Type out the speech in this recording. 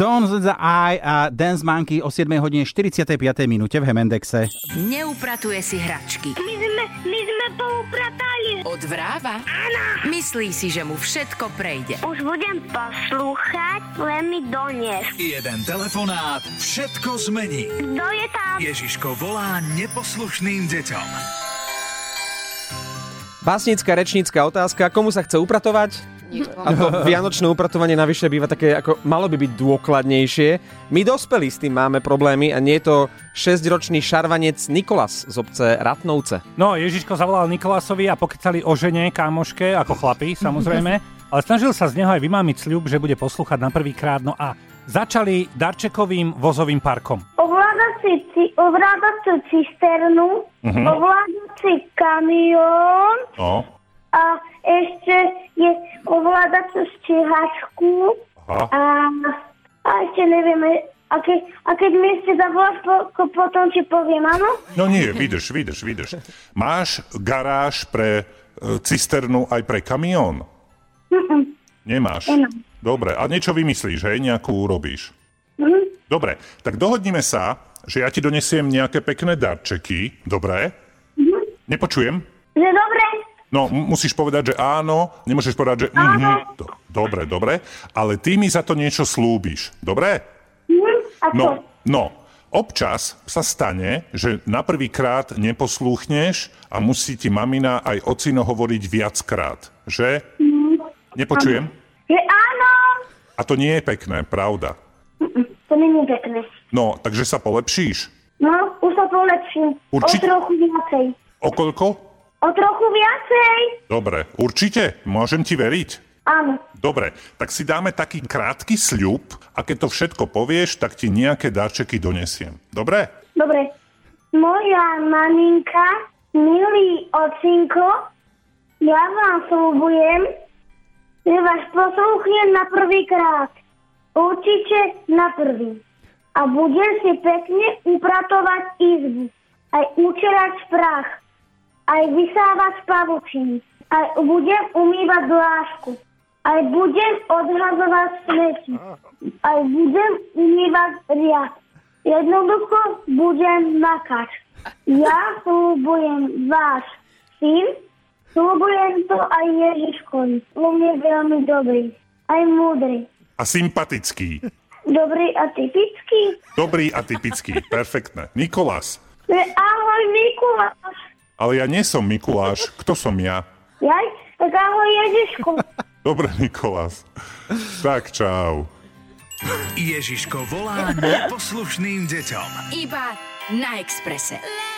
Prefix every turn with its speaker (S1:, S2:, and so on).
S1: Stones za I a uh, Dance Monkey o 7 hodine 45. minúte v Hemendexe.
S2: Neupratuje si hračky.
S3: My sme, my sme poupratali.
S2: Odvráva? Myslí si, že mu všetko prejde.
S3: Už budem poslúchať, len mi donies.
S4: Jeden telefonát všetko zmení.
S3: Kto je tam?
S4: Ježiško volá neposlušným deťom.
S5: Básnická, rečnícka otázka, komu sa chce upratovať? A to vianočné upratovanie navyše býva také, ako malo by byť dôkladnejšie. My dospelí s tým máme problémy a nie je to 6-ročný šarvanec Nikolas z obce Ratnovce.
S6: No, Ježiško zavolal Nikolasovi a pokecali o žene, kámoške, ako chlapi, samozrejme. Ale snažil sa z neho aj vymámiť sľub, že bude poslúchať na prvýkrát. No a začali darčekovým vozovým parkom.
S3: Ovládací, ci- ovládací cisternu,
S7: Mhm.
S3: ovládací kamión
S7: No,
S3: a ešte je ovládací stíhačku
S7: aha.
S3: a, a ešte nevieme, a, ke, a keď mi ešte zavoláš po, ko, potom, či poviem áno?
S7: No nie, vydrž, vydrž, vydrž. Máš garáž pre e, cisternu aj pre kamión? Nemáš? Dobre, a niečo vymyslíš, hej? Nejakú urobíš? Dobre, tak dohodnime sa, že ja ti donesiem nejaké pekné darčeky, dobre? Nepočujem?
S3: Že dobre,
S7: No, m- musíš povedať, že áno, nemôžeš povedať, že mhm. Do- Dobre, dobre, ale ty mi za to niečo slúbiš, dobre?
S3: Mhm. a čo?
S7: No, no, občas sa stane, že na prvýkrát neposlúchneš a musí ti mamina aj ocino hovoriť viackrát, že? Nepočujem?
S3: Že áno,
S7: A to nie je pekné, pravda.
S3: to není pekné.
S7: No, takže sa polepšíš.
S3: No, už sa polepším.
S7: Určite-
S3: O trochu viacej.
S7: O koľko?
S3: O trochu viacej?
S7: Dobre, určite, môžem ti veriť.
S3: Áno.
S7: Dobre, tak si dáme taký krátky sľub a keď to všetko povieš, tak ti nejaké darčeky donesiem. Dobre?
S3: Dobre. Moja maminka, milý ocinko, ja vám slúbujem, že vás posluchnem na prvýkrát. Určite na prvý. A budem si pekne upratovať izbu. Aj učerať prach. Aj vysávať pavučiny. Aj budem umývať dlášku. Aj budem odhazovať smeti. Aj budem umývať riad. Jednoducho budem makať. Ja slúbujem váš syn, slúbujem to aj Ježiškovi. On je veľmi dobrý, aj múdry.
S7: A sympatický.
S3: Dobrý a typický.
S7: Dobrý a typický. Perfektné. Nikolás.
S3: E, Ahoj Mikuláš.
S7: Ale ja nie som Mikuláš. Kto som ja?
S3: Jaj, tak ahoj Ježiško.
S7: Dobre, Nikolás. Tak, čau.
S4: Ježiško volá neposlušným deťom.
S2: Iba na Exprese.